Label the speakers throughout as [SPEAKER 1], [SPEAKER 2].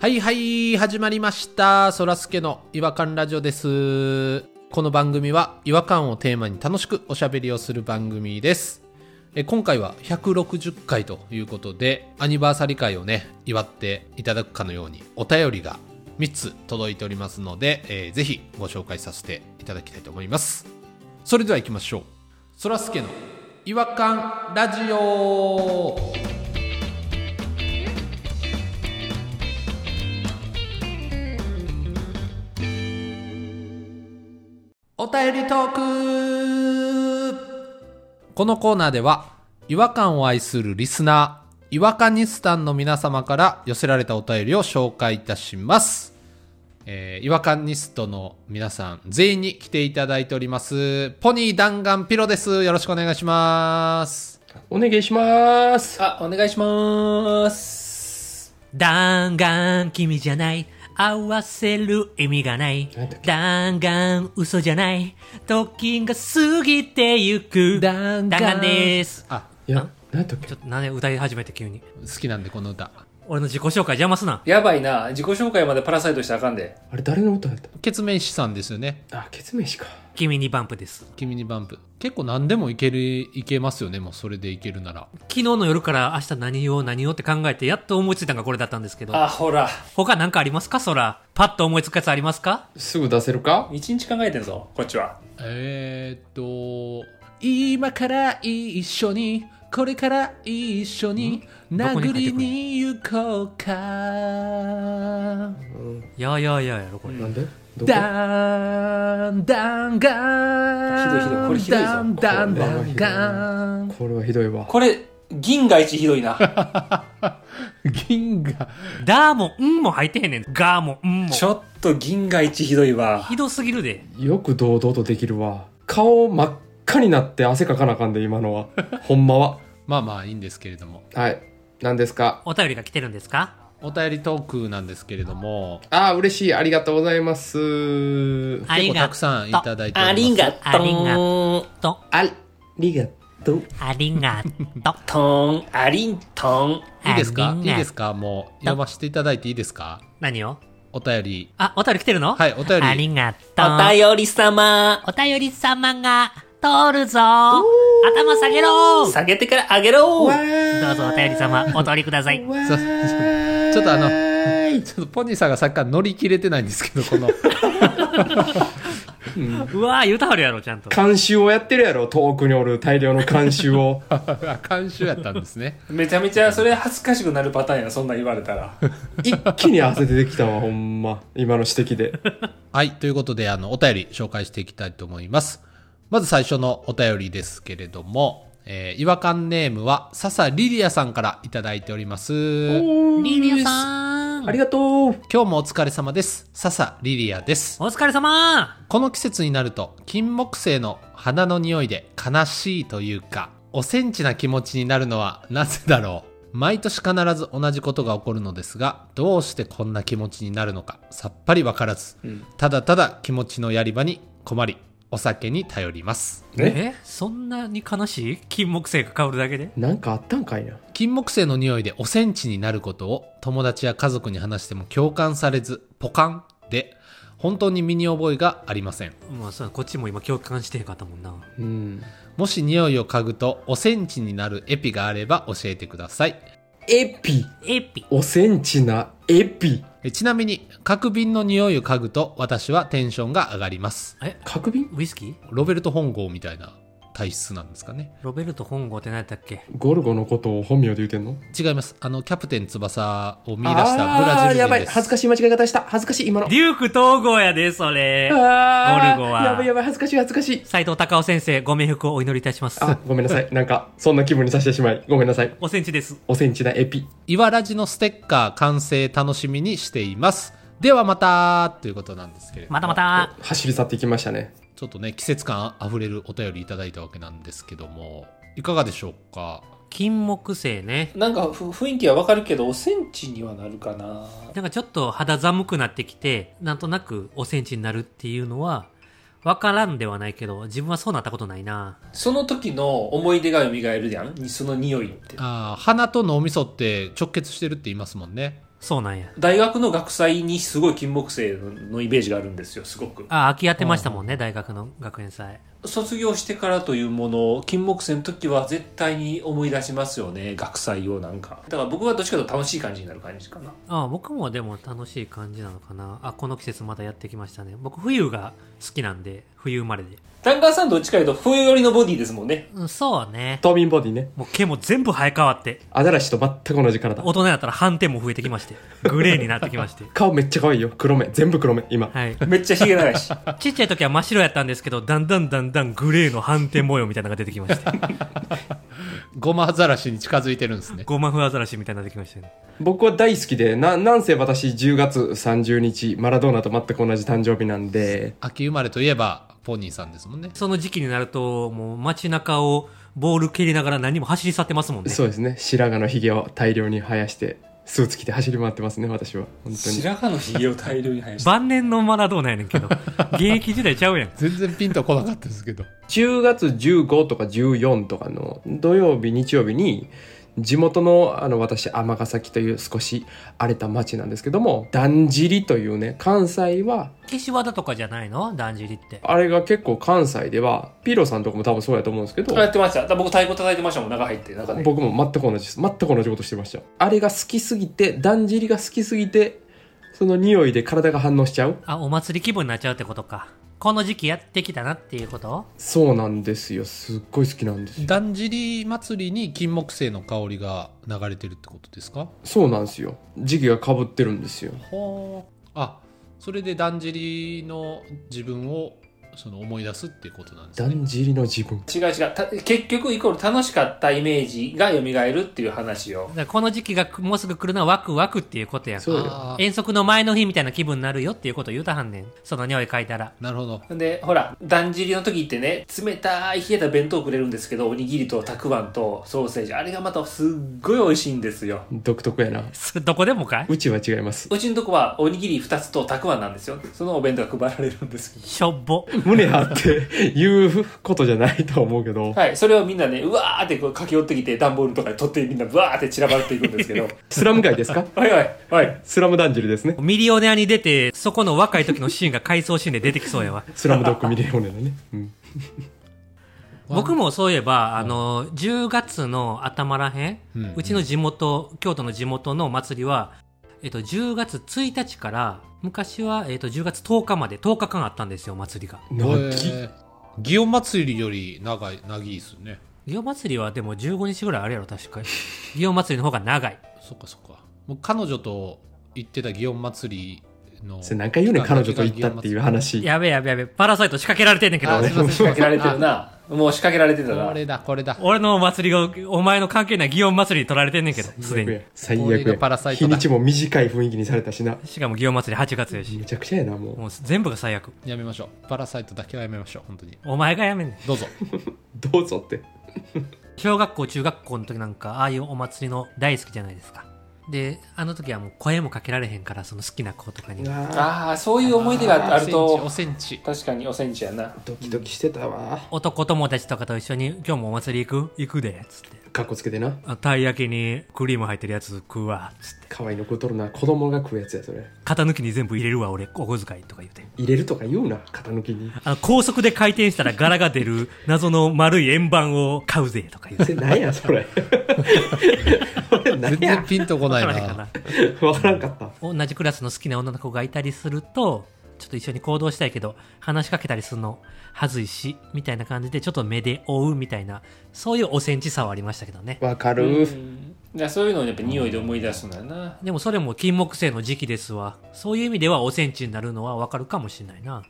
[SPEAKER 1] はいはい、始まりました。そらすけの違和感ラジオです。この番組は違和感をテーマに楽しくおしゃべりをする番組です。え今回は160回ということで、アニバーサリー会をね、祝っていただくかのようにお便りが3つ届いておりますので、えーぜひご紹介させていただきたいと思います。それでは行きましょう。そらすけの違和感ラジオお便りトークこのコーナーでは違和感を愛するリスナー違和感ニスタンの皆様から寄せられたお便りを紹介いたします、えー、違和感ニストの皆さん全員に来ていただいておりますポニー弾丸ピロですよろしくお願いします
[SPEAKER 2] お願いします。
[SPEAKER 1] あお願いします
[SPEAKER 3] 弾丸君じゃない合わせる意味がない
[SPEAKER 2] 何だっけ
[SPEAKER 3] 弾丸嘘じゃない時が過ぎてゆく
[SPEAKER 1] 弾丸
[SPEAKER 3] です
[SPEAKER 1] あ
[SPEAKER 2] いや、何やったっ
[SPEAKER 3] ち
[SPEAKER 2] け
[SPEAKER 3] ょっと何歌い始めて急に
[SPEAKER 1] 好きなんでこの歌
[SPEAKER 3] 俺の自己紹介邪魔すな
[SPEAKER 4] やばいな。自己紹介までパラサイトしたらあかんで。
[SPEAKER 2] あれ誰の歌やっ
[SPEAKER 1] 決面師さんですよね
[SPEAKER 2] たあ、ケツメイシか。
[SPEAKER 3] 君にバンプです
[SPEAKER 1] 君にバンプ結構何でもいけるいけますよねもうそれでいけるなら
[SPEAKER 3] 昨日の夜から明日何を何をって考えてやっと思いついたのがこれだったんですけど
[SPEAKER 4] あ、ほら。
[SPEAKER 3] 他何かありますかそらパッと思いつくやつありますか
[SPEAKER 2] すぐ出せるか
[SPEAKER 4] 一日考えてんぞ、こっちは。
[SPEAKER 1] えー、っと今から一緒にこれから一緒に
[SPEAKER 3] どこ
[SPEAKER 1] 殴
[SPEAKER 3] に入ってくる
[SPEAKER 1] りに行こうか
[SPEAKER 3] いやいやいややろこれ
[SPEAKER 2] なんでどこ
[SPEAKER 1] ダンダンガン
[SPEAKER 4] ひどいひどいこれひどいぞ
[SPEAKER 1] ダンダン
[SPEAKER 2] これ
[SPEAKER 1] ダ
[SPEAKER 2] は
[SPEAKER 1] ン
[SPEAKER 2] ひどい
[SPEAKER 1] ガン
[SPEAKER 2] これはひどいわ。
[SPEAKER 4] これ、銀河一ひどいな。
[SPEAKER 1] 銀河
[SPEAKER 3] ダーもんも入ってへんねんガーもんも
[SPEAKER 4] ちょっと銀河一ひどいわ。
[SPEAKER 3] ひどすぎるで
[SPEAKER 2] よく堂々とできるわ。顔真っ赤になって汗かかなあかんで、今 のは。ほんまは。
[SPEAKER 1] まあまあいいんですけれども
[SPEAKER 2] はい。何ですか
[SPEAKER 3] お便りが来てるんですか
[SPEAKER 1] お便りトークなんですけれども
[SPEAKER 2] あー、嬉しい。ありがとうございます。
[SPEAKER 3] あ
[SPEAKER 1] 結
[SPEAKER 3] り
[SPEAKER 1] 構た
[SPEAKER 3] が
[SPEAKER 1] く
[SPEAKER 3] と
[SPEAKER 1] さんいただいております
[SPEAKER 4] が
[SPEAKER 3] ありがう
[SPEAKER 2] ありがとう。
[SPEAKER 3] ありがとう。
[SPEAKER 4] とん、ありんとん。
[SPEAKER 1] いいですか
[SPEAKER 3] あみん
[SPEAKER 1] い
[SPEAKER 3] ない
[SPEAKER 1] ですかもう読ませていただいていいですか
[SPEAKER 3] 何を
[SPEAKER 1] お便り
[SPEAKER 3] あ、お便り来てるの
[SPEAKER 1] はいお便り
[SPEAKER 3] ありがとう。
[SPEAKER 4] 便り様。
[SPEAKER 3] お便り様が通るぞ。頭下げろど
[SPEAKER 4] 下げてからあげろ
[SPEAKER 2] わー
[SPEAKER 3] うぞお便り様、お通りください。
[SPEAKER 2] わ
[SPEAKER 1] そう
[SPEAKER 2] ー
[SPEAKER 1] ちょっとあの
[SPEAKER 2] い
[SPEAKER 1] ちょっとポニーさんがさっきから乗り切れてないんですけどこの
[SPEAKER 3] うわぁ、言うたはるやろ、ちゃんと。
[SPEAKER 2] 監修をやってるやろ遠くにおる大量の監修 を
[SPEAKER 1] あ監修やったんですね
[SPEAKER 4] めちゃめちゃそれ恥ずかしくなるパターンやな、そんなん言われたら。
[SPEAKER 2] 一気に汗出てきたわほんま今の指摘で
[SPEAKER 1] はいということであのお便り紹介していきたいと思いますまず最初のお便りですけれども、えー、違和感ネームは笹リリアさんからいただいております
[SPEAKER 3] リリアさん。
[SPEAKER 2] ありがとう
[SPEAKER 1] 今日もお疲れ様です笹リリアです
[SPEAKER 3] お疲れ様
[SPEAKER 1] この季節になると金木犀の花の匂いで悲しいというかおセンチな気持ちになるのはなぜだろう毎年必ず同じことが起こるのですがどうしてこんな気持ちになるのかさっぱりわからず、ただただ気持ちのやり場に困りお酒に頼ります
[SPEAKER 3] えそんなに悲しい金木犀が香るだけで
[SPEAKER 2] なんかあったんかいな
[SPEAKER 1] 金木犀の匂いでおセンチになることを友達や家族に話しても共感されずポカンで本当に身に覚えがありません
[SPEAKER 3] まあ、そうこっちも今共感してへんかったもんな。
[SPEAKER 2] うん
[SPEAKER 1] もし匂いを嗅ぐとおセンチになるエピがあれば教えてください
[SPEAKER 2] エピ
[SPEAKER 3] エピ。
[SPEAKER 2] おセンチなエピ
[SPEAKER 1] えちなみに角瓶の匂いを嗅ぐと私はテンションが上がります
[SPEAKER 3] え
[SPEAKER 2] 角瓶
[SPEAKER 3] ウイスキー
[SPEAKER 1] ロベルト本郷みたいな体質なんですかね
[SPEAKER 3] ロベルト本郷って何やったっけ
[SPEAKER 2] ゴルゴのことを本名で言うてんの
[SPEAKER 1] 違いますあのキャプテン翼を見出したブラジル人です
[SPEAKER 2] やばい恥ずか
[SPEAKER 1] し
[SPEAKER 2] しい間違い方した恥ずかしい今 の
[SPEAKER 3] デューク統合やで、それ。
[SPEAKER 2] あー
[SPEAKER 3] ゴルゴは
[SPEAKER 2] やばいやばい恥ずかしい恥ずかしい
[SPEAKER 3] 斉藤隆夫先生、ご冥福をお祈りいたします。
[SPEAKER 2] あごめんな さいなんかそんな気分にさせてしまいごめんなさい
[SPEAKER 3] おセンチです。
[SPEAKER 2] おセンチなエピ
[SPEAKER 1] いわらじのステッカー完成楽しみにしていますではまたということなんですけれども
[SPEAKER 3] またまた。
[SPEAKER 2] 走り去っていきましたね
[SPEAKER 1] ちょっとね季節感あふれるお便りいただいたわけなんですけどもいかがでしょうか
[SPEAKER 3] 金木犀ね。
[SPEAKER 4] なんかふ雰囲気はわかるけど、おセンチにはなるかな。
[SPEAKER 3] なんかちょっと肌寒くなってきて、なんとなくおセンチになるっていうのは、わからんではないけど、自分はそうなったことないな。
[SPEAKER 4] その時の思い出が蘇るやん。その匂いって。
[SPEAKER 1] あー鼻と脳みそって直結してるって言いますもんね
[SPEAKER 3] そうなんや。
[SPEAKER 4] 大学の学祭にすごい金木犀のイメージがあるんですよすごく
[SPEAKER 3] あ、空き家ってましたもんね、大学の学園祭。
[SPEAKER 4] 卒業してからというものを金木犀の時は絶対に思い出しますよね学祭をなんかだから僕はどっちかというと楽しい感じになる感じかな
[SPEAKER 3] あ僕もでも楽しい感じなのかな。あ、この季節またやってきましたね。僕、冬が好きなんで、冬生まれで。
[SPEAKER 4] タンカーさんどっちかというと冬寄りのボディですもんね
[SPEAKER 3] うん、そうね。
[SPEAKER 2] 冬眠ボディね。
[SPEAKER 3] もう毛も全部生え変わって、
[SPEAKER 2] アザラシと全く同じ体。
[SPEAKER 3] 大人だったら斑点も増えてきまして、グレーになってきまして。
[SPEAKER 2] 顔めっちゃ可愛いよ。黒目。全部黒目、今。
[SPEAKER 3] はい。
[SPEAKER 4] めっちゃヒゲ長いし
[SPEAKER 3] ちっちゃい時は真っ白やったんですけど、だんだんだんだんグレーの斑点模様みたいなのが出てきまして、
[SPEAKER 1] ゴマアザラシに近づいてるんですね。
[SPEAKER 3] ゴマフアザラシみたいになってきましたね。
[SPEAKER 2] 僕は大好きで、な、なんせ私10月30日、マラドーナと全く同じ誕生日なんで、
[SPEAKER 1] 秋生まれといえば、ポニーさんですもんね。
[SPEAKER 3] その時期になると、もう街中をボール蹴りながら何も走り去ってますもんね。
[SPEAKER 2] そうですね。白髪のヒゲを大量に生やして、スーツ着て走り回ってますね、私は。本当に。
[SPEAKER 4] 白髪のヒゲを大量に生やして
[SPEAKER 3] 晩年のマラドーナやねんけど、現役時代ちゃうやん。
[SPEAKER 1] 全然ピンとこなかったですけど。
[SPEAKER 2] 10月15とか14とかの土曜日、日曜日に、地元のあの私、尼崎という少し荒れた町なんですけども、だんじりというね、関西は
[SPEAKER 3] 岸和田とかじゃないのだんじりって。
[SPEAKER 2] あれが結構関西では、ピーロさんとかも多分そうやと思うんですけど、
[SPEAKER 4] やってましただから僕太鼓叩いてましたもん中入って中で
[SPEAKER 2] 僕も全く同じです。全く同じことしてました。あれが好きすぎて、だんじりが好きすぎて、その匂いで体が反応しちゃう
[SPEAKER 3] あ、お祭り気分になっちゃうってことか。この時期やってきたなっていうこと
[SPEAKER 2] そうなんですよ。すっごい好きなんですよ。
[SPEAKER 1] だんじり祭りに金木犀の香りが流れてるってことですか
[SPEAKER 2] そうなんですよ。時期が被ってるんですよ。
[SPEAKER 1] はあ。あ、それでだんじりの自分をその思い出すっていうことなんです
[SPEAKER 2] だ
[SPEAKER 1] ね。
[SPEAKER 2] んじりの自分。
[SPEAKER 4] 違う違うた結局イコール楽しかったイメージが蘇るっていう話を
[SPEAKER 3] だからこの時期がもうすぐ来るのはワクワクっていうことやん
[SPEAKER 2] そうよ
[SPEAKER 1] あー
[SPEAKER 3] 遠足の前の日みたいな気分になるよっていうこと言うたはんねん。その匂い嗅いだら。
[SPEAKER 1] なるほど。
[SPEAKER 4] でほらだんじりの時ってね冷たい冷えた弁当くれるんですけどおにぎりとたくあんとソーセージあれがまたすっごい美味しいんですよ
[SPEAKER 2] 独特やな。
[SPEAKER 3] すどこでもかいう
[SPEAKER 2] ちは違います。
[SPEAKER 4] うちのとこはおにぎり2つとたくあんなんですよそのお弁当が配られるんですけど
[SPEAKER 3] しょっぼ。
[SPEAKER 2] 胸張って 言うことじゃないと思うけど、
[SPEAKER 4] はいそれをみんなねうわーってこう駆け寄ってきて段ボールとかで取ってみんなブワーって散らばっていくんですけど
[SPEAKER 2] スラム街ですか
[SPEAKER 4] はいはいはい
[SPEAKER 2] スラムだんじりですね。
[SPEAKER 3] ミリオネアに出て、そこの若い時のシーンが回想シーンで出てきそうやわ。
[SPEAKER 2] スラムドッグミリオネのね。 うん。
[SPEAKER 3] 僕もそういえば、あの、10月の頭らへん、
[SPEAKER 1] うん
[SPEAKER 3] うちの地元、京都の地元の祭りは、えっと、10月1日から、昔は、えっと、10月10日まで10日間あったんですよ、祭りが。
[SPEAKER 2] なき。
[SPEAKER 1] えー祇園祭りより長い、長いですね。
[SPEAKER 3] 祇園祭りはでも15日ぐらいあるやろ、確 かに。祇園祭りの方が長い。
[SPEAKER 1] そっかそっか。もう彼女と行ってた祇園祭りの。
[SPEAKER 2] それ何回言うねん彼女と行ったっていう話。
[SPEAKER 3] やべえやべえやべえ、パラサイト仕掛けられてんねんけど
[SPEAKER 1] あ、、すいません。
[SPEAKER 4] 仕掛けられてる
[SPEAKER 1] あ。
[SPEAKER 4] なもう仕掛けられてた
[SPEAKER 1] こ
[SPEAKER 4] な
[SPEAKER 1] れだ、これだ。
[SPEAKER 3] 俺の祭りが、お前の関係ない祇園祭りに取られてんねんけど、すで
[SPEAKER 2] 最悪
[SPEAKER 3] に
[SPEAKER 2] や。。最
[SPEAKER 1] 氷
[SPEAKER 2] 悪
[SPEAKER 1] のパラサ
[SPEAKER 2] や。
[SPEAKER 1] イト
[SPEAKER 2] 日
[SPEAKER 1] だ
[SPEAKER 2] にちも短い雰囲気にされたしな。
[SPEAKER 3] しかも祇園祭り8月やし
[SPEAKER 2] め。ちゃくちゃやな、もう。
[SPEAKER 3] もう全部が最悪。
[SPEAKER 1] やめましょう。パラサイトだけはやめましょう。本当に。
[SPEAKER 3] お前がやめんねん。
[SPEAKER 1] どうぞ。
[SPEAKER 2] どうぞって。
[SPEAKER 3] 小学校中学校の時なんかああいうお祭りの大好きじゃないですかであの時はもう声もかけられへんからその好きな子とかに
[SPEAKER 4] ああそういう思い出がある
[SPEAKER 1] お
[SPEAKER 4] と
[SPEAKER 1] センチ。
[SPEAKER 4] 確かにおせんちやな
[SPEAKER 2] ドキドキしてたわ。
[SPEAKER 3] 男友達とかと一緒に「今日もお祭り行く行くで」つって
[SPEAKER 2] かっこつけてな。
[SPEAKER 3] あ「たい焼きにクリーム入ってるやつ食うわ」つって
[SPEAKER 2] 可愛いの食うとるな。子供が食うやつや、それ。
[SPEAKER 3] 「型抜きに全部入れるわ俺お小遣い」とか言うて
[SPEAKER 2] 入れるとか言うな、型抜きに。
[SPEAKER 3] あの高速で回転したら柄が出る謎の丸い円盤を買うぜとか言うて
[SPEAKER 2] それ 何や、それ。それ何
[SPEAKER 1] 全
[SPEAKER 2] や
[SPEAKER 1] 然。ピンとこない
[SPEAKER 3] わからへんか
[SPEAKER 1] な
[SPEAKER 3] な。
[SPEAKER 2] わからんかった。
[SPEAKER 3] 同じクラスの好きな女の子がいたりすると、ちょっと一緒に行動したいけど、話しかけたりするの、はずいし、みたいな感じで、ちょっと目で追うみたいな、そういうおセンチさはありましたけどね。
[SPEAKER 2] わか
[SPEAKER 4] う
[SPEAKER 2] る。
[SPEAKER 4] んだからそういうのをやっぱ匂いで思い出すんだよな
[SPEAKER 3] でもそれも金木犀の時期ですわ。そういう意味ではおセンチになるのはわかるかもしれないな。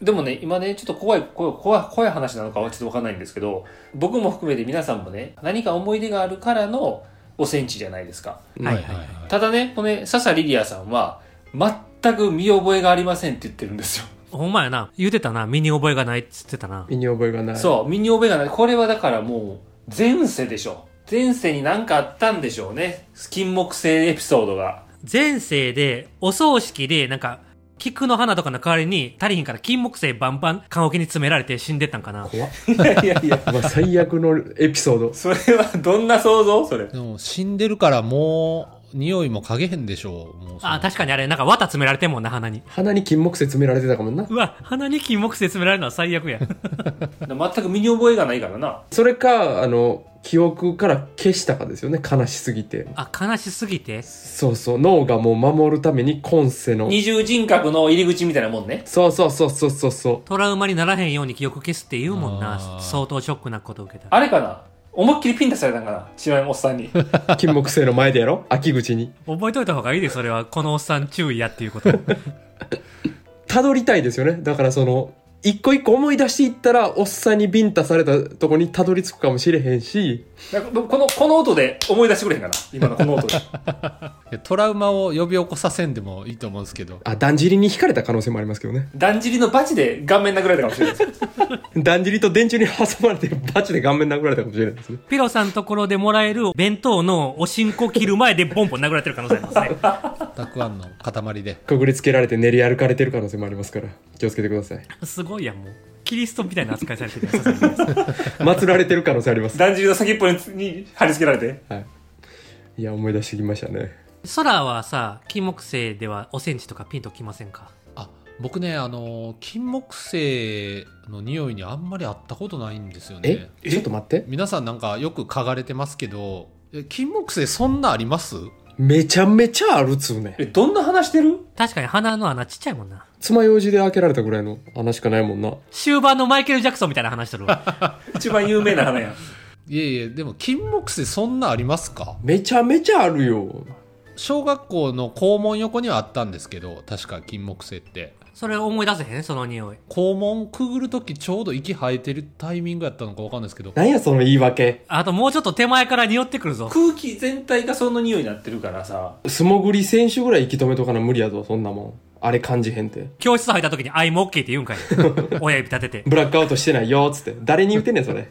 [SPEAKER 4] でもね、今ね、ちょっと怖い、怖い、怖い、怖い話なのかはちょっとわかんないんですけど、僕も含めて皆さんもね、何か思い出があるからのおセンチじゃないですか。
[SPEAKER 2] うん
[SPEAKER 3] はいはい。
[SPEAKER 4] ただね、このね、笹リリアさんは、全く見覚えがありませんって言ってるんですよ。
[SPEAKER 3] ほんまやな。言うてたな。身に覚えがないっつってたな。
[SPEAKER 2] 身に覚えがない。
[SPEAKER 4] そう、見に覚えがない。これはだからもう、前世でしょ。前世に何かあったんでしょうね。金木犀エピソードが。
[SPEAKER 3] 前世で、お葬式で、なんか、菊の花とかの代わりに、足りひんから金木犀バンバン、棺桶に詰められて死んでったんかな。
[SPEAKER 2] 怖っ。
[SPEAKER 4] いや いやいや、
[SPEAKER 2] お前最悪のエピソード。
[SPEAKER 4] それはどんな想像それ。
[SPEAKER 1] でも死んでるからもう匂いも嗅げへんでしょう。もうその
[SPEAKER 3] あ、確かにあれ、なんか綿詰められてんもんな、鼻に。
[SPEAKER 2] 鼻に金木犀詰められてたかもな
[SPEAKER 3] うわ、鼻に金木犀詰められるのは最悪や。
[SPEAKER 4] 全く身に覚えがないからな。
[SPEAKER 2] それかあの記憶から消したかですよね悲しすぎて
[SPEAKER 3] あ、悲しすぎて。
[SPEAKER 2] そうそう脳がもう守るために今世の
[SPEAKER 4] 二重人格の入り口みたいなもんね。
[SPEAKER 2] そうそうそうそうそうそう
[SPEAKER 3] トラウマにならへんように記憶消すって言うもん
[SPEAKER 1] あ
[SPEAKER 3] な。
[SPEAKER 1] ー
[SPEAKER 3] 相当ショックなことを受けたら。
[SPEAKER 4] あれかな思いっきりピンタされたんかな知らないおっさんに。
[SPEAKER 2] 金木犀の前でやろ 秋口に
[SPEAKER 3] 覚えといた方がいいで、それは。このおっさん注意やっていうこと。
[SPEAKER 2] たどりたいですよねだからその一個一個思い出していったらおっさんにビンタされたとこにたどり着くかもしれへんし
[SPEAKER 4] なんかこの、この音で思い出してくれへんかな今のこの音 で。
[SPEAKER 1] えトラウマを呼び起こさせんでもいいと思うんですけど。
[SPEAKER 2] あだんじりに引かれた可能性もありますけどね
[SPEAKER 4] だんじりのバチで顔面殴られたかもしれないです。
[SPEAKER 2] だんじりと電柱に挟まれてバチで顔面殴られたかもしれないですね
[SPEAKER 3] ピロさんのところでもらえる弁当のおしんこ切る前 でボンボン殴られてる可能性ありますね。
[SPEAKER 1] たくあんの 塊で。
[SPEAKER 2] くぐりつけられて練り歩かれてる可能性もありますから気をつけてください
[SPEAKER 3] すごいやん、もう。キリストみたいな扱いされて るやつです。
[SPEAKER 2] 祀られてる可能性あります
[SPEAKER 4] だんじりの先っぽにに貼り付けられて。
[SPEAKER 2] はいいや思い出してきましたね
[SPEAKER 3] 空はさ、金木犀ではおセンチとかピンときませんか
[SPEAKER 1] あ、僕ね、あの、金木犀の匂いにあんまりあったことないんですよ
[SPEAKER 2] え
[SPEAKER 1] ね。
[SPEAKER 2] ちょっと待って
[SPEAKER 1] 皆さんなんかよく嗅がれてますけど、え金木犀そんなあります
[SPEAKER 2] めちゃめちゃあるっつうね
[SPEAKER 4] え、どんな話してる
[SPEAKER 3] 確かに鼻の穴ちっちゃいもんな。
[SPEAKER 2] 爪楊枝で開けられたぐらいの穴しかないもんな
[SPEAKER 3] 終盤のマイケル・ジャクソンみたいな話して るわ。
[SPEAKER 4] 一番有名な花やん。
[SPEAKER 1] いえいえ、でも金木犀そんなありますか
[SPEAKER 2] めちゃめちゃあるよ
[SPEAKER 1] 小学校の校門横にはあったんですけど、確か金木犀って。
[SPEAKER 3] それ思い出せへんその匂い。
[SPEAKER 1] 校門くぐるときちょうど息生えてるタイミングやったのかわかんないですけど、
[SPEAKER 2] なんやその言い訳
[SPEAKER 3] あともうちょっと手前から匂ってくるぞ。
[SPEAKER 4] 空気全体がその匂いになってるからさ。
[SPEAKER 2] 素潜り選手ぐらい息止めとかな無理やぞそんなもんあれ感じへんて
[SPEAKER 3] 教室入った時に、I'm OK って言うんかい。親指立てて。
[SPEAKER 2] ブラックアウトしてないよっつって誰に言うてんねんそれ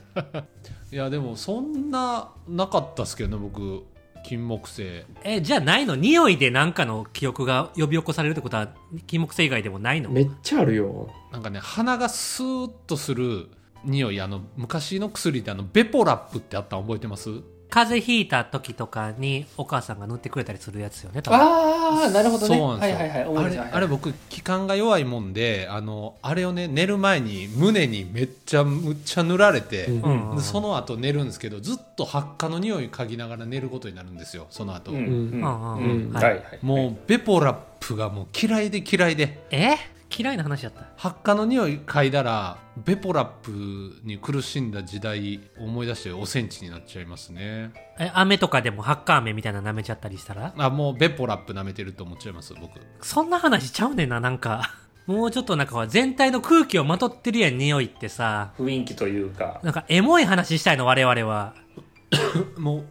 [SPEAKER 1] いやでもそんななかったっすけどね僕金木犀
[SPEAKER 3] え、じゃあないの匂いでなんかの記憶が呼び起こされるってことは、金木犀以外でもないの
[SPEAKER 2] めっちゃあるよ
[SPEAKER 1] なんかね鼻がスーッとする匂いあの昔の薬ってあのベポラップってあったの覚えてます
[SPEAKER 3] 風邪ひいた時とかにお母さんが塗ってくれたりするやつよね、多分
[SPEAKER 4] あー、なるほどね。
[SPEAKER 1] そうなんですよ、
[SPEAKER 4] はいはいはい。思
[SPEAKER 1] あ
[SPEAKER 4] い出
[SPEAKER 1] れ
[SPEAKER 4] したはい
[SPEAKER 1] あれ僕気管が弱いもんであのあれをね寝る前に胸にめっちゃむっちゃ塗られて、
[SPEAKER 2] うん
[SPEAKER 3] うん
[SPEAKER 1] でその後寝るんですけどずっと発火の匂い嗅ぎながら寝ることになるんですよその後、
[SPEAKER 4] うん
[SPEAKER 3] う
[SPEAKER 4] うん
[SPEAKER 3] うん
[SPEAKER 2] うん
[SPEAKER 3] うん
[SPEAKER 2] うん
[SPEAKER 4] はいは
[SPEAKER 3] はいい。
[SPEAKER 1] もうベポラップがもう嫌いで嫌いで
[SPEAKER 3] え嫌いな話やった。
[SPEAKER 1] 発火の匂い嗅いだらベポラップに苦しんだ時代思い出しておセンチになっちゃいますね
[SPEAKER 3] え、飴とかでもハッカー飴みたいなの舐めちゃったりしたら
[SPEAKER 1] あもうベポラップ舐めてると思っちゃいます僕
[SPEAKER 3] そんな話ちゃうねんな、なんか。もうちょっとなんかほら全体の空気をまとってるやん、匂いってさ。
[SPEAKER 4] 雰囲気というか。
[SPEAKER 3] なんかエモい話したいの、我々は。
[SPEAKER 1] も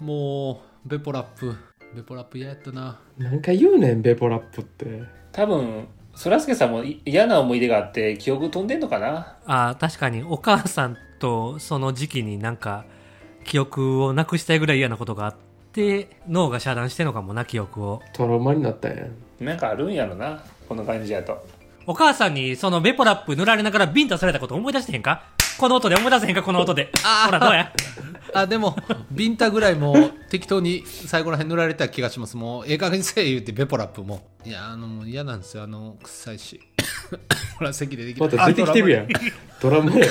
[SPEAKER 1] うもうベポラップベポラップ嫌やったな
[SPEAKER 2] なんか言うねんベポラップって
[SPEAKER 4] 多分、そらすけさんもい嫌な思い出があって、記憶飛んでんのかな
[SPEAKER 3] あー確かにお母さんとその時期になんか記憶をなくしたいぐらい嫌なことがあって脳が遮断してんのかもな記憶を
[SPEAKER 2] トラウマになったんやん
[SPEAKER 4] なんかあるんやろな。この感じやと。
[SPEAKER 3] お母さんにそのベポラップ塗られながらビンタされたこと思い出してへんかこの音で思い出せへんかこの音で
[SPEAKER 1] あー
[SPEAKER 3] ほらどうや
[SPEAKER 1] あでもビンタぐらいもう適当に最後らへん塗られた気がしますもうええ加減にせえ言うてベポラップもいやあのもう嫌なんですよあの臭い しほら席ででき
[SPEAKER 2] また出てきてるやんドラマや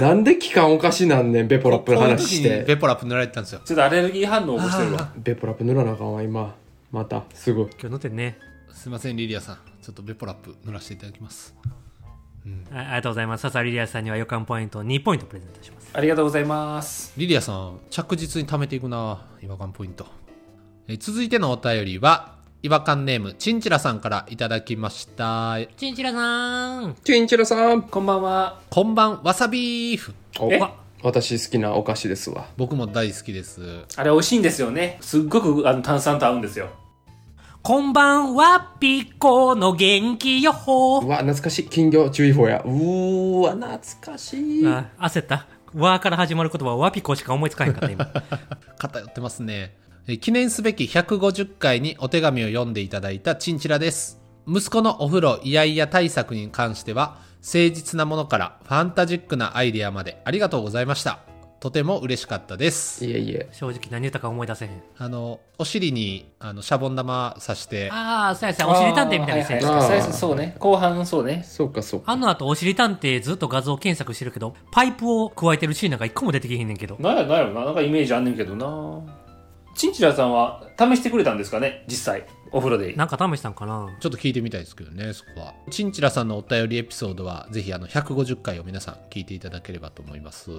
[SPEAKER 2] なんで期間おかしなんねんベポラップの話し
[SPEAKER 1] こういう時に
[SPEAKER 2] て
[SPEAKER 1] ベポラップ塗られてたんですよ
[SPEAKER 4] ちょっとアレルギー反応を起こしてるわ。
[SPEAKER 2] ベポラップ塗らなあかんわ今またすぐ
[SPEAKER 3] 今日塗ってんね
[SPEAKER 1] すいませんリリアさんちょっとベポラップ塗らせていただきます
[SPEAKER 3] あありがとうございます笹リリアさんには予感ポイント2ポイントプレゼントします
[SPEAKER 4] ありがとうございます。
[SPEAKER 1] リリアさん着実に貯めていくな違和感ポイントえ続いてのお便りは違和感ネームチンチラさんからいただきました
[SPEAKER 3] チンチラさーん
[SPEAKER 2] チンチラさん
[SPEAKER 4] こんばんは。
[SPEAKER 1] こんばんわさビーフ
[SPEAKER 2] お
[SPEAKER 4] え
[SPEAKER 2] 私好きなお菓子ですわ
[SPEAKER 1] 僕も大好きです
[SPEAKER 4] あれ美味しいんですよね。すっごくあの炭酸と合うんですよ。
[SPEAKER 3] こんばんはピコの元気予
[SPEAKER 2] う
[SPEAKER 3] 報
[SPEAKER 2] わ懐かしい金魚注意報やうーわ懐かしい
[SPEAKER 3] あ焦ったわーから始まる言葉はわピコしか思いつかへんかった今
[SPEAKER 1] 偏ってますね。え記念すべき150回にお手紙を読んでいただいたチンチラです。息子のお風呂いやいや対策に関しては、誠実なものからファンタジックなアイデアまでありがとうございました。とても嬉しかったです
[SPEAKER 2] いえいえ。
[SPEAKER 3] 正直何言ったか思い出せへん。
[SPEAKER 1] あのお尻にあのシャボン玉刺して
[SPEAKER 3] ああ、そうやそうや、おしり探偵みたいな
[SPEAKER 4] は
[SPEAKER 3] やつ
[SPEAKER 4] い
[SPEAKER 3] や。
[SPEAKER 4] はい最
[SPEAKER 2] あー
[SPEAKER 4] 初そうね。後半そうね。
[SPEAKER 2] そうかそう
[SPEAKER 3] あ
[SPEAKER 2] か。
[SPEAKER 3] の後、おしり探偵ずっと画像検索してるけど、パイプを加えてるシーンなんか一個も出てきへんねんけど。
[SPEAKER 4] なんやなんやろな。なんかイメージあんねんけどな。チンチラさんは試してくれたんですかね実際。お風呂で。
[SPEAKER 3] なんか試したんかな
[SPEAKER 1] ちょっと聞いてみたいですけどねそこはチンチラさんのお便りエピソードはぜひあの150回を皆さん聞いていただければと思います、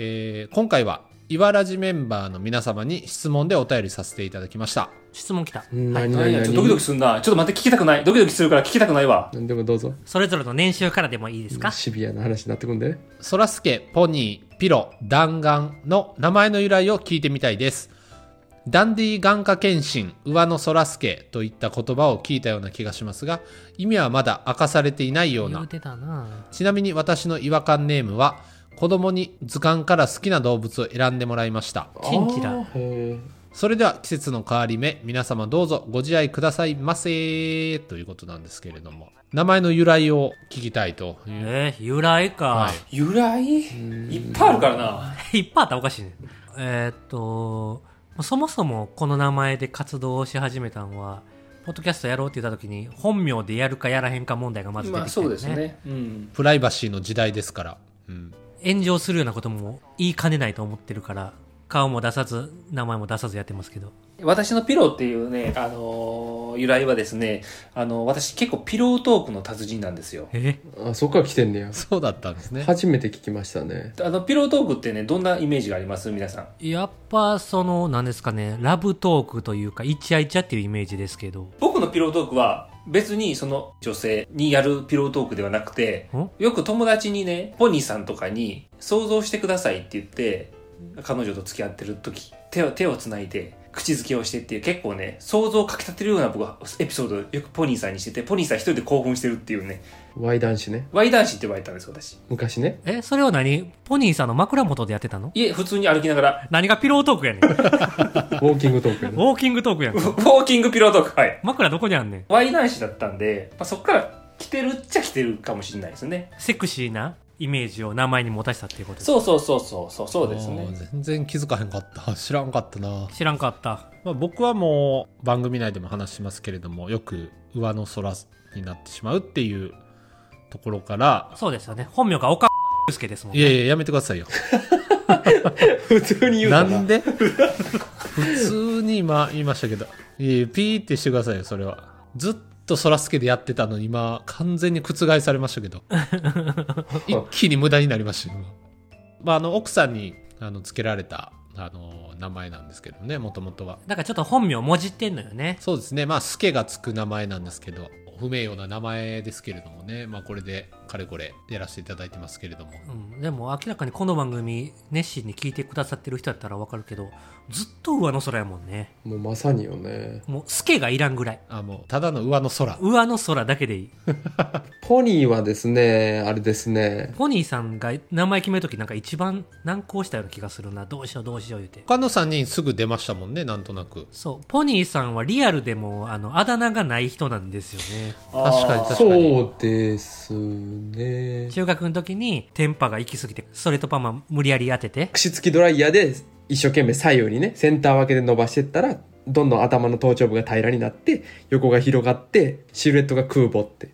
[SPEAKER 1] えー今回は岩ラジメンバーの皆様に質問でお便りさせていただきました
[SPEAKER 3] 質問来た。
[SPEAKER 2] 何
[SPEAKER 4] なん
[SPEAKER 2] 何
[SPEAKER 4] やちょっとドキドキ
[SPEAKER 2] 何
[SPEAKER 4] すんな。ちょっと待って、聞きたくない。ドキドキするから聞きたくないわ。
[SPEAKER 2] 何でもどうぞ。
[SPEAKER 3] それぞれの年収からでもいいですか
[SPEAKER 2] シビアな話になってくんでね。
[SPEAKER 1] そらすけ、ポニー、ピロ、弾丸の名前の由来を聞いてみたいです。ダンディ眼科検診、上野そらすけといった言葉を聞いたような気がしますが、意味はまだ明かされていないよう
[SPEAKER 3] 言う
[SPEAKER 1] な。
[SPEAKER 3] てたな
[SPEAKER 1] ちなみに私の違和感ネームは、子供に図鑑から好きな動物を選んでもらいました。
[SPEAKER 3] チンチラ
[SPEAKER 2] あー。へー
[SPEAKER 1] それでは季節の変わり目、皆様どうぞご自愛くださいませということなんですけれども、名前の由来を聞きたいという。
[SPEAKER 3] えー、由来か。
[SPEAKER 1] はい
[SPEAKER 4] 由来いっぱいあるからな。
[SPEAKER 3] いっぱいあったらおかしいね。えーっと、そもそもこの名前で活動をし始めたのは、ポッドキャストやろうって言った時に、本名でやるかやらへんか問題がまず出て
[SPEAKER 4] ま
[SPEAKER 3] き
[SPEAKER 4] あ
[SPEAKER 3] て、
[SPEAKER 4] そうです。ね。うん。
[SPEAKER 1] プライバシーの時代ですから。うん
[SPEAKER 3] 炎上するようなことも言いかねないと思ってるから、顔も出さず、名前も出さずやってますけど。
[SPEAKER 4] 私のピローっていうね、あのー由来はですね、あの私結構ピロートークの達人なんですよ。
[SPEAKER 3] え
[SPEAKER 2] あ、そっから来てんねや。
[SPEAKER 1] そうだったんですね。
[SPEAKER 2] 初めて聞きましたね。
[SPEAKER 4] あのピロートークってね、どんなイメージがあります皆さん。
[SPEAKER 3] やっぱその、なんですかね、ラブトークというか、イチャイチャっていうイメージですけど。
[SPEAKER 4] 僕のピロートークは別にその女性にやるピロートークではなくて、
[SPEAKER 3] ん
[SPEAKER 4] よく友達にね、ポニーさんとかに想像してくださいって言って、彼女と付き合ってる時、手を、手を繋いで、口づけをしてっていう結構ね、想像をかき立てるような僕はエピソードをよくポニーさんにしてて、ポニーさん一人で興奮してるっていうね、
[SPEAKER 2] ワイ男子ね。
[SPEAKER 4] ワイ男子って言われたんです私。
[SPEAKER 2] 昔ね。
[SPEAKER 3] え、それは何ポニーさんの枕元でやってたの
[SPEAKER 4] いえ、普通に歩きながら、
[SPEAKER 3] 何がピロートークや ねん。ウォ
[SPEAKER 2] ウォーキングトークやね。
[SPEAKER 3] ーキングトークやね
[SPEAKER 4] ウ
[SPEAKER 3] ん。
[SPEAKER 4] ォーキングピロートーク、はい。
[SPEAKER 3] 枕どこにあんねん。
[SPEAKER 4] ワイ男子だったんで、まあ、そこから来てるっちゃ来てるかもしれないですね。
[SPEAKER 3] セクシーなイメージを名前に持たせたっていうことです
[SPEAKER 4] そうそうそうそう、そうそうです
[SPEAKER 1] あー
[SPEAKER 4] ね。
[SPEAKER 1] 全然気づかへんかった。 知らんかったな。
[SPEAKER 3] 知らんかった
[SPEAKER 1] まあ、僕はもう番組内でも話しますけれども、よく上の空になってしまうっていうところから、
[SPEAKER 3] そうですよね本名が岡祐介ですもん
[SPEAKER 1] いやいや、やめてくださいよ。
[SPEAKER 2] 普通に言う
[SPEAKER 1] な
[SPEAKER 2] た
[SPEAKER 1] ん
[SPEAKER 2] な。
[SPEAKER 1] で普通に今言いましたけど。いやいやピーってしてくださいよ、それは。ずっと空助でやってたのに今、完全に覆されました けど。一気に無駄になりましたよ、今まあ、あの、奥さんに、あの、付けられた、あの、名前なんですけどね、もともとは。
[SPEAKER 3] だからちょっと本名もじってんのよね
[SPEAKER 1] そうですね。まあ、スケがつく名前なんですけど、不名誉な名前ですけれどもね、まあ、これで、かれこれやらせていただいてますけれども。
[SPEAKER 3] うん、でも明らかにこの番組熱心に聞いてくださってる人だったらわかるけどずっと上の空やもんね
[SPEAKER 2] もうまさによね。
[SPEAKER 3] もうスケがいらんぐらい
[SPEAKER 1] あ、もう、ただの上の空。
[SPEAKER 3] 上の空だけでいい
[SPEAKER 2] ポニーはですね、あれですね。
[SPEAKER 3] ポニーさんが名前決めるときなんか一番難航したような気がするなどうしようどうしよう言うて
[SPEAKER 1] 他の3人すぐ出ましたもんね、なんとなく。
[SPEAKER 3] そうポニーさんはリアルでもあのあだ名がない人なんですよね
[SPEAKER 1] 確かに
[SPEAKER 4] あー
[SPEAKER 1] 確かに。
[SPEAKER 2] そうですね。
[SPEAKER 3] 中学の時にテンパが行き過ぎてストレートパーマ無理やり当てて
[SPEAKER 2] 櫛付きドライヤーで一生懸命左右にね、センター分けで伸ばしてったら、どんどん頭の頭頂部が平らになって、横が広がって、シルエットが空母って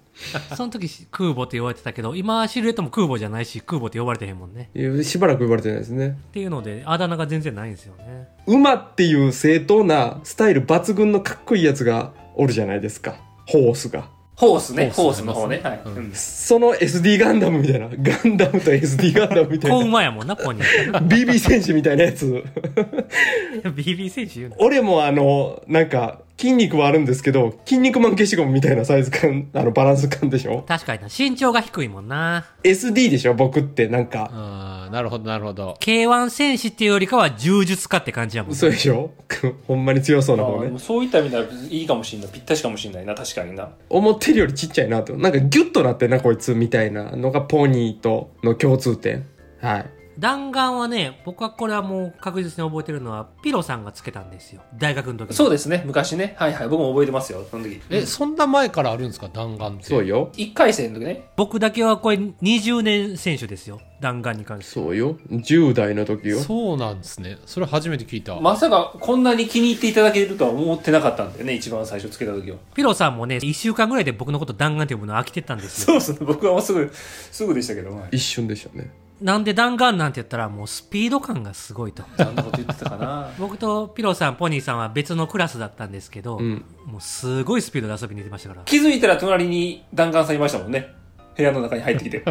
[SPEAKER 3] その時し空母って呼ばれてたけど、今はシルエットも空母じゃないし、空母って呼ばれてへんもんね。
[SPEAKER 2] いう。しばらく言われてないですね。
[SPEAKER 3] っていうので、あだ名が全然ないんですよね。
[SPEAKER 2] 馬っていう正当なスタイル抜群のかっこいいやつがおるじゃないですか。ホースが。
[SPEAKER 4] ホースね、
[SPEAKER 1] ホ
[SPEAKER 4] ホ
[SPEAKER 1] ー
[SPEAKER 4] ー
[SPEAKER 1] ス
[SPEAKER 4] スの方ね。はい。
[SPEAKER 1] うん
[SPEAKER 4] うん
[SPEAKER 2] その SD ガンダムみたいな。ガンダムと SD ガンダムみた
[SPEAKER 3] 子
[SPEAKER 2] いな。
[SPEAKER 3] 馬やもんな、ポニー。
[SPEAKER 2] BB 戦士みたいなやつ。
[SPEAKER 3] BB 選手言うの。
[SPEAKER 2] 俺もあの、なんか、筋肉はあるんですけど、筋肉マン消しゴムみたいなサイズ感、あの、バランス感でしょ
[SPEAKER 3] 確かにな、身長が低いもんな。
[SPEAKER 2] ?SD でしょ僕って、なんか、
[SPEAKER 1] あーなるほど、なるほど。
[SPEAKER 3] K1 戦士っていうよりかは柔術家って感じやもん、ね。
[SPEAKER 2] 嘘でしょ ほんまに強そうな方
[SPEAKER 4] あーで
[SPEAKER 2] ね
[SPEAKER 4] も。そういった意味ではいいかもしれない。ぴったしかもしれないな、確かにな。
[SPEAKER 2] 思ってるよりちっちゃいなと。なんかギュッとなってんな、こいつ、みたいなのがポニーとの共通点。はい。
[SPEAKER 3] 弾丸はね、僕はこれはもう確実に覚えてるのは、ピロさんがつけたんですよ。大学の時に。
[SPEAKER 4] そうですね、昔ね。はいはい、僕も覚えてますよ、その時。
[SPEAKER 1] え、そんな前からあるんですか弾丸って。
[SPEAKER 2] そうよ。
[SPEAKER 4] 1回戦の時ね。
[SPEAKER 3] 僕だけはこれ20年選手ですよ。弾丸に関して。
[SPEAKER 2] そうよ。10代の時よ。
[SPEAKER 1] そうなんですね。それ初めて聞いた。
[SPEAKER 4] まさかこんなに気に入っていただけるとは思ってなかったんだよね、一番最初つけた時は。
[SPEAKER 3] ピロさんもね、1週間ぐらいで僕のこと弾丸って呼ぶの飽きてたんですよ。
[SPEAKER 4] そうそう、僕はもうすぐ、すぐでしたけど、はい
[SPEAKER 2] 一瞬でしたね。
[SPEAKER 3] なんで弾丸なんて言ったらもうスピード感がすごいと。
[SPEAKER 4] そんなこと言ってたかな。
[SPEAKER 3] 僕とピロさん、ポニーさんは別のクラスだったんですけど、
[SPEAKER 2] うん。
[SPEAKER 3] もうすごいスピードで遊びに行ってましたから。
[SPEAKER 4] 気づいたら隣に弾丸さんいましたもんね。部屋の中に入 ってきて。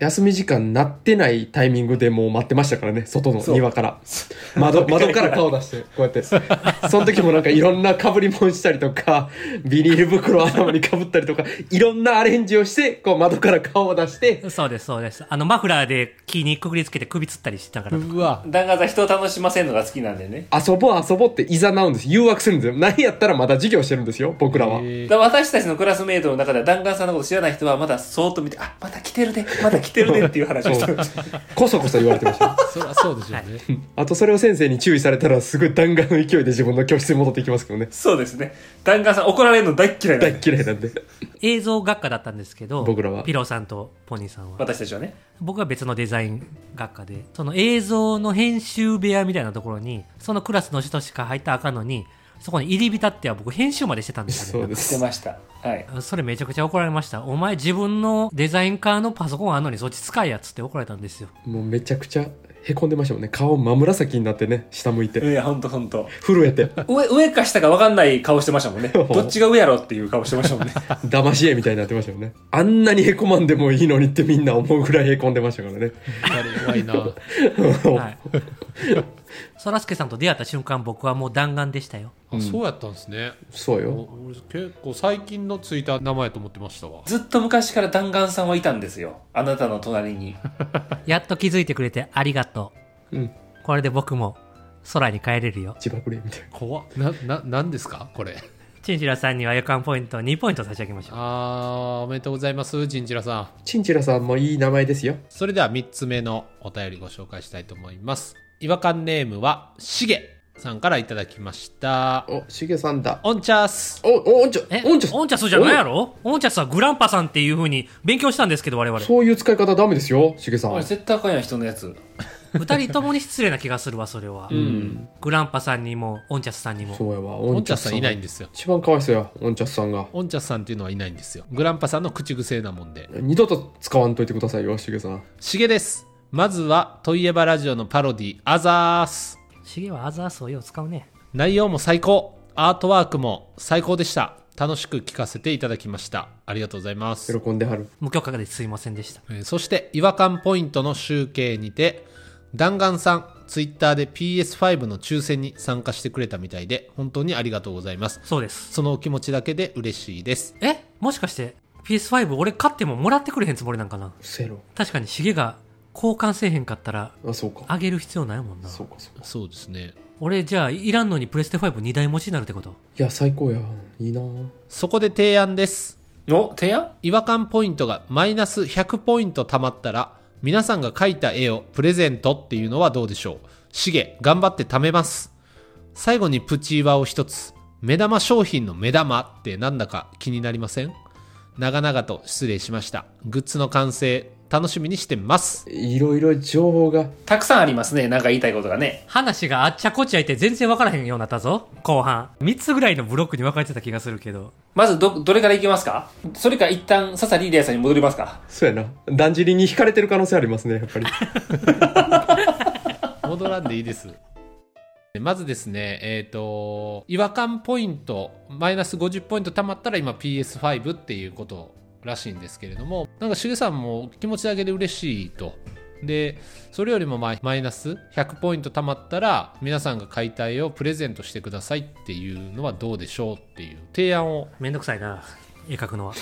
[SPEAKER 2] 休み時間なってないタイミングでもう待ってましたからね、外の
[SPEAKER 4] そう
[SPEAKER 2] 庭から。 窓、窓から顔出して、こうやって。その時もなんかいろんな被り物したりとか、ビニール袋を頭に被ったりとか、いろんなアレンジをして、こう窓から顔を出して、
[SPEAKER 3] そうです、そうです。あの、マフラーで木にくくりつけて首つったりしてたから。
[SPEAKER 1] うわ。
[SPEAKER 4] 弾丸さん人を楽しませるのが好きなんでね。
[SPEAKER 2] 遊ぼう遊ぼうって誘うんです。誘惑するんですよ。何やったらまだ授業してるんですよ、僕らは。
[SPEAKER 1] えー
[SPEAKER 4] だから私たちのクラスメイトの中では弾丸さんのこと知らない人はまだそーっと見て、あ、また来てるね、また来てるねっていう話をして ました。
[SPEAKER 2] こそこそ言われてました。
[SPEAKER 1] そりゃそうでしょうね。
[SPEAKER 2] あとそれを先生に注意されたら、すぐ弾丸の勢いで自分の教室に戻っていきますけどね。
[SPEAKER 4] そうですね。弾丸さん怒られるの大っ嫌いな
[SPEAKER 2] 大
[SPEAKER 4] ん
[SPEAKER 2] っ
[SPEAKER 4] で。
[SPEAKER 2] 嫌いなんで。
[SPEAKER 3] 映像学科だったんですけど、
[SPEAKER 2] 僕らは
[SPEAKER 3] ピロさんとポニーさんは。
[SPEAKER 4] 私たちはね。
[SPEAKER 3] 僕は別のデザイン学科で、その映像の編集部屋みたいなところに、そのクラスの人しか入ったらあかんのに、そこに入り浸っては僕編集までしてたんで す
[SPEAKER 2] そ
[SPEAKER 3] よ
[SPEAKER 2] う
[SPEAKER 3] ね
[SPEAKER 2] で。
[SPEAKER 4] して
[SPEAKER 2] す。
[SPEAKER 4] ました。はい。
[SPEAKER 3] それめちゃくちゃ怒られました。お前自分のデザイン科のパソコンあんのにそっち使えやっつって怒られたんですよ。
[SPEAKER 2] もうめちゃくちゃへこんでましたもんね。顔真紫になってね、下向い
[SPEAKER 4] い
[SPEAKER 2] て。
[SPEAKER 4] や、ほんとほんと。
[SPEAKER 2] 震えて、
[SPEAKER 4] 上、上か下か分かんない顔してましたもんね。
[SPEAKER 2] そう
[SPEAKER 4] どっちが上やろっていう顔してましたもんね。
[SPEAKER 2] 騙し絵みたいになってましたよね。あんなにへこまんでもいいのにってみんな思うぐらいへこんでましたからね。
[SPEAKER 1] 怖 いな。
[SPEAKER 3] はい。そらすけさんと出会った瞬間僕はもう弾丸でしたよ。
[SPEAKER 1] あそうやったんですね。
[SPEAKER 2] そう
[SPEAKER 1] お
[SPEAKER 2] よ。
[SPEAKER 1] 俺結構最近のついた名前やと思ってましたわ。
[SPEAKER 4] ずっと昔から弾丸さんはいたんですよ。あなたの隣に。
[SPEAKER 3] やっと気づいてくれてありがと
[SPEAKER 2] うん。
[SPEAKER 3] う。これで僕も空に帰れるよ。
[SPEAKER 2] 自爆霊みたいな。
[SPEAKER 1] 怖っな、な、なんですかこれ。
[SPEAKER 3] チンチラさんには予感ポイント2ポイント差し上げましょう。
[SPEAKER 1] あー、おめでとうございます、ジンジラさん。
[SPEAKER 2] チンチラさんもいい名前ですよ。
[SPEAKER 1] それでは3つ目のお便りご紹介したいと思います。違和感ネームは、しげさんからいただきました。
[SPEAKER 2] お、しげさんだ。
[SPEAKER 1] オンチャース。
[SPEAKER 2] お、お、おんちゃ、
[SPEAKER 3] え
[SPEAKER 2] おんちゃ、
[SPEAKER 3] オンチャスじゃないやろオンチャスはグランパさんっていう風に勉強したんですけど我々。
[SPEAKER 2] そういう使い方ダメですよ、しげさ
[SPEAKER 4] これ
[SPEAKER 2] ん。
[SPEAKER 4] 絶対あかんやん人のやつ。
[SPEAKER 3] 二人ともに失礼な気がするわ、それは。
[SPEAKER 2] うん。
[SPEAKER 3] グランパさんにも、オンチャスさんにも。
[SPEAKER 2] そうやわ、
[SPEAKER 1] オ
[SPEAKER 2] お
[SPEAKER 1] ンチャースさんいないん
[SPEAKER 2] で。
[SPEAKER 1] ですよ。
[SPEAKER 2] 一番かわいそうや、おんちゃさんが。
[SPEAKER 1] オンチャースさんっていうのはいないんですよ。グランパさんの口癖なもんで。
[SPEAKER 2] 二度と使わんといてくださいよ、しげさん。
[SPEAKER 1] しげです。まずは、といえばラジオのパロディ、アザース。
[SPEAKER 3] シゲはアザーソイを使うね。
[SPEAKER 1] 内容も最高。アートワークも最高でした。楽しく聞かせていただきました。ありがとうございます。
[SPEAKER 2] 喜んではる。
[SPEAKER 3] 無許可ですいませんでした。
[SPEAKER 1] えーそして違和感ポイントの集計にて弾丸さんツイッターで PS5 の抽選に参加してくれたみたいで本当にありがとうございます
[SPEAKER 3] そうです。
[SPEAKER 1] そのお気持ちだけで嬉しいです
[SPEAKER 3] えもしかして PS5 俺買ってももらってくれへんつもりなんかな
[SPEAKER 2] せろ。
[SPEAKER 3] 確かにシゲが交換せえへんかったら、
[SPEAKER 2] あ、そうか。
[SPEAKER 3] あげる必要ないもんな。
[SPEAKER 2] そうか、そうか。
[SPEAKER 1] そうですね
[SPEAKER 3] 俺じゃあ、いらんのにプレステ52台持ちになるってこと
[SPEAKER 2] いや、最高や。いいな
[SPEAKER 1] そこで提案です
[SPEAKER 4] お、提案
[SPEAKER 1] 違和感ポイントがマイナス100ポイント貯まったら皆さんが描いた絵をプレゼントっていうのはどうでしょうしげ頑張って貯めます最後にプチ岩を一つ目玉商品の目玉ってなんだか気になりません長々と失礼しましたグッズの完成楽しみにしてます
[SPEAKER 2] いろいろ情報が。
[SPEAKER 4] たくさんありますね。なんか言いたいことがね。
[SPEAKER 3] 話があっちゃこっちゃいて全然分からへんようになったぞ。後半。3つぐらいのブロックに分かれてた気がするけど。
[SPEAKER 4] まず、ど、どれからいきますかそれか一旦、笹リーダーさんに戻りますか
[SPEAKER 2] そうやな。だんじりに惹かれてる可能性ありますね、やっぱり。
[SPEAKER 1] 戻らんでいいですまずですねえっ、と違和感ポイントマイナス50ポイント貯まったら今 PS5 っていうことらしいんですけれどもなんかしげさんも気持ちだけで嬉しいとでそれよりもマイマイナス100ポイント貯まったら皆さんが解体をプレゼントしてくださいっていうのはどうでしょうっていう提案を
[SPEAKER 3] めんどくさいな。絵描く のは。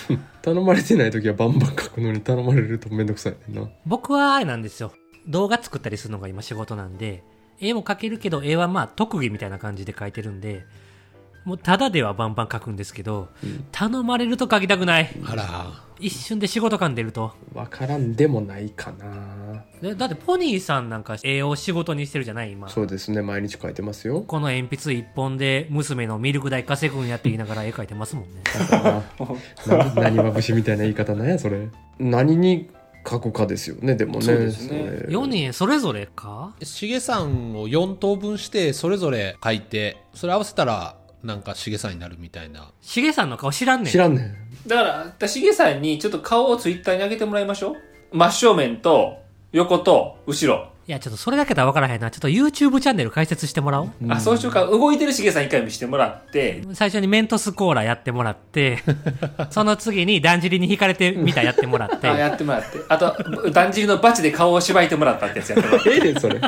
[SPEAKER 2] 頼まれてない時はバンバン書くのに頼まれるとめんどくさいねんな。
[SPEAKER 3] 僕はあれなんですよ。動画作ったりするのが今仕事なんで、絵も描けるけど、絵はまあ特技みたいな感じで描いてるんで、もうただではバンバン描くんですけど、頼まれると描きたくない。
[SPEAKER 1] あら
[SPEAKER 3] 一瞬で仕事感出ると。
[SPEAKER 2] わからんでもないかなな
[SPEAKER 3] でだってポニーさんなんか絵を仕事にしてるじゃない今
[SPEAKER 2] そうですね毎日書いてますよ
[SPEAKER 3] この鉛筆一本で娘のミルク代稼ぐんやって言いながら絵描いてますもんね
[SPEAKER 2] あな 何まぶしみたいな言い方なんやそれ何に書くかですよねでもね
[SPEAKER 4] そうですね
[SPEAKER 2] それ
[SPEAKER 3] 4人それぞれか
[SPEAKER 1] しげさんを4等分してそれぞれ書いてそれ合わせたらなんかしげさんになるみたいな
[SPEAKER 3] しげさんの顔知らんねん
[SPEAKER 2] 知らんねん
[SPEAKER 4] だから、たしげさんにちょっと顔をツイッターに上げてもらいましょう。真正面と、横と、後ろ。
[SPEAKER 3] いやちょっとそれだけだは分からへんなちょっと YouTube チャンネル解説してもらおう
[SPEAKER 4] あ、そうしようか。動いてるしげさん一回見してもらって、
[SPEAKER 3] 最初にメントスコーラやってもらってその次にだんじりに引かれてみたやってもらっ
[SPEAKER 4] あ
[SPEAKER 3] て
[SPEAKER 4] やってもらって。あと、だんじりのバチで顔をしばいてもらったってやつやってもらって。
[SPEAKER 2] ええねんそれ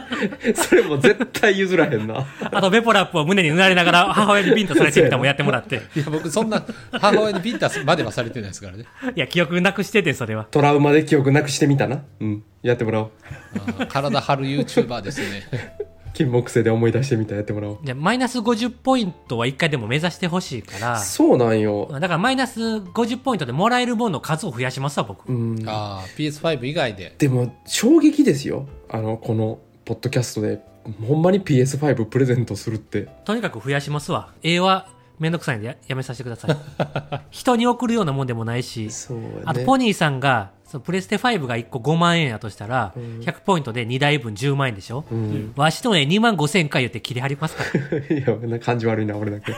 [SPEAKER 2] それもう絶対譲らへんな
[SPEAKER 3] あとベポラップを胸にうなりながら母親にビンタされてみたもやってもらって
[SPEAKER 1] いや僕そんな母親にビンタまではされてないですからね
[SPEAKER 3] いや記憶なくしててそれは
[SPEAKER 2] トラウマで記憶なくしてみたなうんやってもらおう
[SPEAKER 1] あー体張る YouTuber ですね
[SPEAKER 2] 金木犀で思い出してみたやってもらおう
[SPEAKER 3] じゃあマイナス50ポイントは一回でも目指してほしいから
[SPEAKER 2] そうなんよ
[SPEAKER 3] だからマイナス50ポイントでもらえる分の数を増やしますわ僕、
[SPEAKER 2] うん
[SPEAKER 1] あー PS5 以外で
[SPEAKER 2] でも衝撃ですよあのこのポッドキャストでほんまに PS5 プレゼントするって
[SPEAKER 3] とにかく増やしますわ絵はめんどくさいんでややめさせてく ださい人に送るようなもんでもないし
[SPEAKER 2] そう
[SPEAKER 3] あとポニーさんがそのプレステ5が1個5万円やとしたら、100ポイントで2台分10万円でしょ、
[SPEAKER 2] ん
[SPEAKER 3] わしとね2万5千回言って切り張ります から
[SPEAKER 2] いやな感じ悪いな俺だけ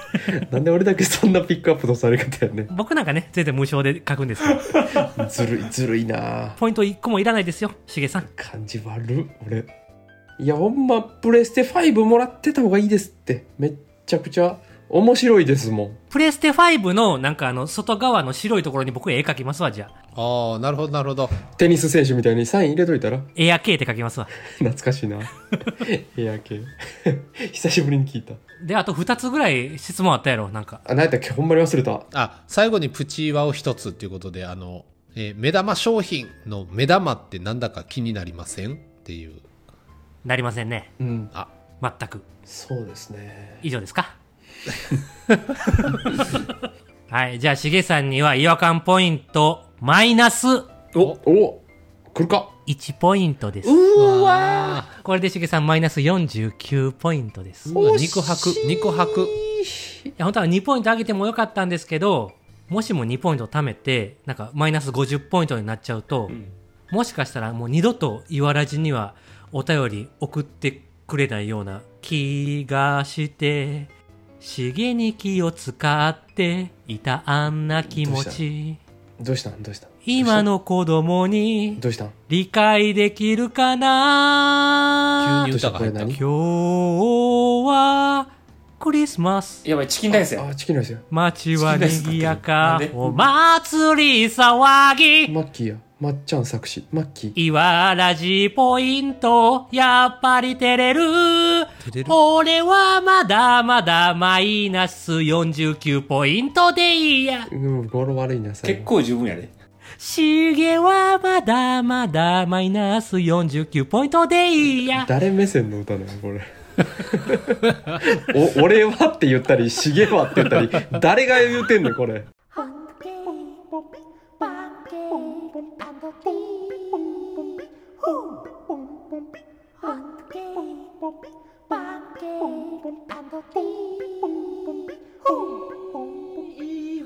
[SPEAKER 2] なんで俺だけそんなピックアップのされ方やね
[SPEAKER 3] 僕なんかね全然無償で書くんですけど
[SPEAKER 2] ずるいずるいな
[SPEAKER 3] ポイント1個もいらないですよしげさん
[SPEAKER 2] 感じ悪っ俺いやほんまプレステ5もらってた方がいいですってめっちゃくちゃ面白いですもん
[SPEAKER 3] プレステ5のなんかあの外側の白いところに僕絵描きますわじゃあ
[SPEAKER 1] ああなるほどなるほど
[SPEAKER 2] テニス選手みたいにサイン入れといたら
[SPEAKER 3] エア K って書きますわ
[SPEAKER 2] 懐か しいな部屋系 久しぶりに聞いた
[SPEAKER 3] であと2つぐらい質問あったやろなんか
[SPEAKER 2] あ何やったっけほんまに忘れた
[SPEAKER 1] あ最後にプチ岩を一つっていうことであの、えー目玉商品の目玉ってなんだか気になりませんっていう
[SPEAKER 3] なりませんね
[SPEAKER 2] うん
[SPEAKER 1] あ
[SPEAKER 3] 全く
[SPEAKER 2] そうですね
[SPEAKER 3] 以上ですか はいじゃあしげさんには違和感ポイントマイナス
[SPEAKER 2] おお来るか
[SPEAKER 3] 1ポイントです
[SPEAKER 2] う
[SPEAKER 1] わ
[SPEAKER 3] これでしげさんマイナス49ポイントですい
[SPEAKER 1] ー肉薄肉薄
[SPEAKER 3] や本当は2ポイント上げてもよかったんですけどもしも2ポイント貯めてなんかマイナス50ポイントになっちゃうと、もしかしたらもう二度といわらじにはお便り送ってくれないような気がして茂に気を使っていたあんな気持
[SPEAKER 2] どう
[SPEAKER 3] ち
[SPEAKER 2] どうしたんどうしたん
[SPEAKER 3] 今の子供に
[SPEAKER 2] どうしたん
[SPEAKER 3] 理解できるかな
[SPEAKER 1] 急に歌が入った
[SPEAKER 2] どうし
[SPEAKER 3] 今日はクリスマス
[SPEAKER 4] やばい、チキンライスや。
[SPEAKER 2] あチキンライスや
[SPEAKER 3] 街は賑やか
[SPEAKER 4] 好きです
[SPEAKER 3] お祭り騒ぎ
[SPEAKER 2] マッキーやまっちゃん作詞マッキー
[SPEAKER 3] いわらじポイントやっぱり照れる
[SPEAKER 1] れる
[SPEAKER 3] 俺はまだまだマイナス49ポイントでいいや
[SPEAKER 2] うん語呂悪いなさ
[SPEAKER 4] 結構十分やで。
[SPEAKER 3] しげはまだまだマイナス49ポイントでいいや
[SPEAKER 2] 誰目線の歌なのこれ お俺はって言ったりしげはって言ったり誰が言うてんねんこれ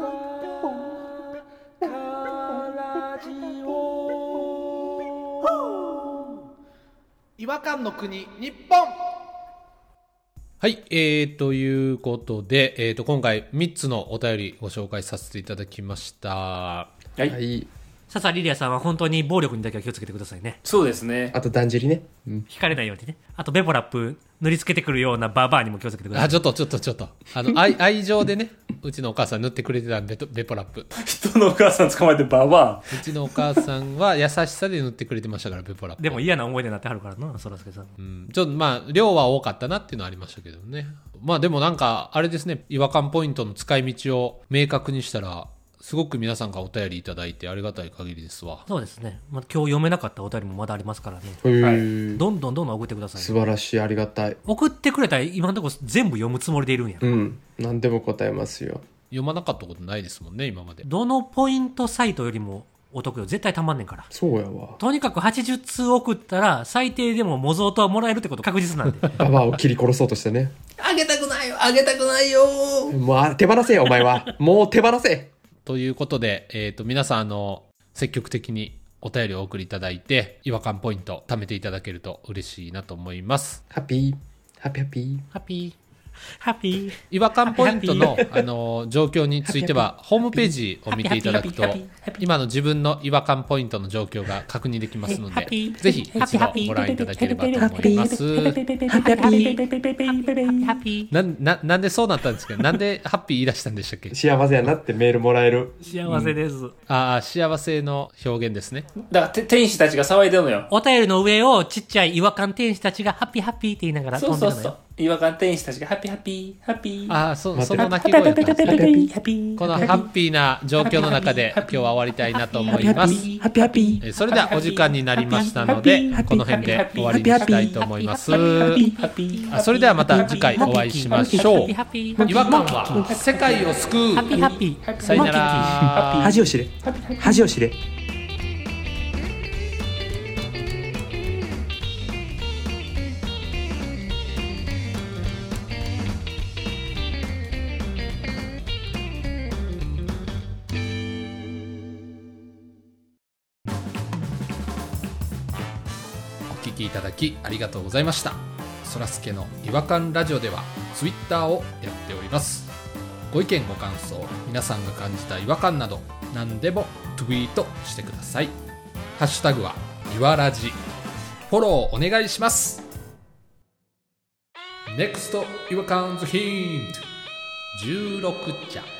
[SPEAKER 5] Hunky,
[SPEAKER 1] 違和感の国日本はい、えー、ということで、えー、と今回3つのお便りご紹介させていただきました
[SPEAKER 4] はい。
[SPEAKER 2] はい
[SPEAKER 3] ささリリアさんは本当に暴力にだけは気をつけてくださいね
[SPEAKER 4] そうですね。
[SPEAKER 2] あとだんじりね、うん、
[SPEAKER 3] 引かれないようにねあとベボラップ塗りつけてくるようなババアにも気をつけてくださ
[SPEAKER 1] あ
[SPEAKER 3] い
[SPEAKER 1] ちょっとちょっとちょっとあの 愛愛情でねうちのお母さん塗ってくれてたんでベポラップ
[SPEAKER 4] 人のお母さん捕まえてババ
[SPEAKER 1] うちのお母さんは優しさで塗ってくれてましたからベポラップ
[SPEAKER 3] でも嫌な思い出になってはるからなそらすけさん
[SPEAKER 1] うんちょっとまあ量は多かったなっていうのはありましたけどねまあでもなんかあれですね違和感ポイントの使い道を明確にしたらすごく皆さんがお便りいただいてありがたい限りですわ
[SPEAKER 3] そうですね、まあ、今日読めなかったお便りもまだありますからね
[SPEAKER 2] へー
[SPEAKER 3] どんどんどんどん送ってください
[SPEAKER 2] 素晴らしいありがたい
[SPEAKER 3] 送ってくれたら今のところ全部読むつもりでいるんや、
[SPEAKER 2] うん何でも答えますよ
[SPEAKER 1] 読まなかったことないですもんね今まで
[SPEAKER 3] どのポイントサイトよりもお得よ。絶対たまんねんから。
[SPEAKER 2] そうやわ。
[SPEAKER 3] とにかく80通送ったら、最低でも模造とはもらえるってこと確実なん で。
[SPEAKER 2] ババアを切り殺そうとしてね。
[SPEAKER 1] あげたくないよあげたくないよ
[SPEAKER 2] もうあ手放せよ、お前は。もう手放せ。
[SPEAKER 1] ということで、えっ、と、皆さん、あの、積極的にお便りをお送りいただいて、違和感ポイント貯めていただけると嬉しいなと思います。
[SPEAKER 2] ハッピー。ハッピーハッピー。
[SPEAKER 3] ハッピー。ハッピー。
[SPEAKER 1] 違和感ポイントの、あの、状況については、ホームページを見ていただくと
[SPEAKER 3] ハッピーハッピーハッピーハッ、ピー
[SPEAKER 1] 今の自分の違和感ポイントの状況が確認できますの
[SPEAKER 3] ハッ
[SPEAKER 1] で
[SPEAKER 3] ピ、ー
[SPEAKER 1] ぜひ
[SPEAKER 3] ハッピ
[SPEAKER 1] 一
[SPEAKER 3] ーハ
[SPEAKER 1] 度
[SPEAKER 3] ッピー
[SPEAKER 1] ご覧いただければと思います。
[SPEAKER 3] ハッピ
[SPEAKER 1] な、な、なんでそうなったんですかなんでハッピー言い出したんでしたっ け
[SPEAKER 2] 幸せやなってメールもらえる。
[SPEAKER 3] ー。幸せです。
[SPEAKER 1] ああ、幸せの表現ですね。
[SPEAKER 4] だからて天使たちが騒いでるのよ
[SPEAKER 3] お便りの上をちっちゃい違和感天使たちがハッピーハッピーって言いながら
[SPEAKER 4] そ
[SPEAKER 3] 飛
[SPEAKER 4] うん
[SPEAKER 3] で
[SPEAKER 4] そう
[SPEAKER 3] るの
[SPEAKER 4] そう
[SPEAKER 3] よ。
[SPEAKER 4] 違和感天使たちがハッピーハッピーハッピー
[SPEAKER 1] ああ、そ、
[SPEAKER 2] 待って
[SPEAKER 1] その鳴き声だったんですね。このハッピーな状況の中で
[SPEAKER 4] ハ
[SPEAKER 1] 今
[SPEAKER 4] ッ
[SPEAKER 1] 日
[SPEAKER 4] ピー
[SPEAKER 1] は終わりたいなと思います。えーそれではお時間になりましたので、この辺で終わりにしたいと思います。
[SPEAKER 4] ハッピー
[SPEAKER 1] あそれではまた次回お会いしましょう。
[SPEAKER 3] ハッピーハッピ
[SPEAKER 1] 違和感は世界を救う。
[SPEAKER 3] ーハッピーハッピー。
[SPEAKER 1] さよなら。
[SPEAKER 5] 恥を知れ恥を知れ
[SPEAKER 1] お聞きいただきありがとうございましたそらすけの違和感ラジオではツイッターをやっておりますご意見ご感想皆さんが感じた違和感など何でもツイートしてくださいハッシュタグはいわらじフォローお願いします NEXT 違和感ズヒント16茶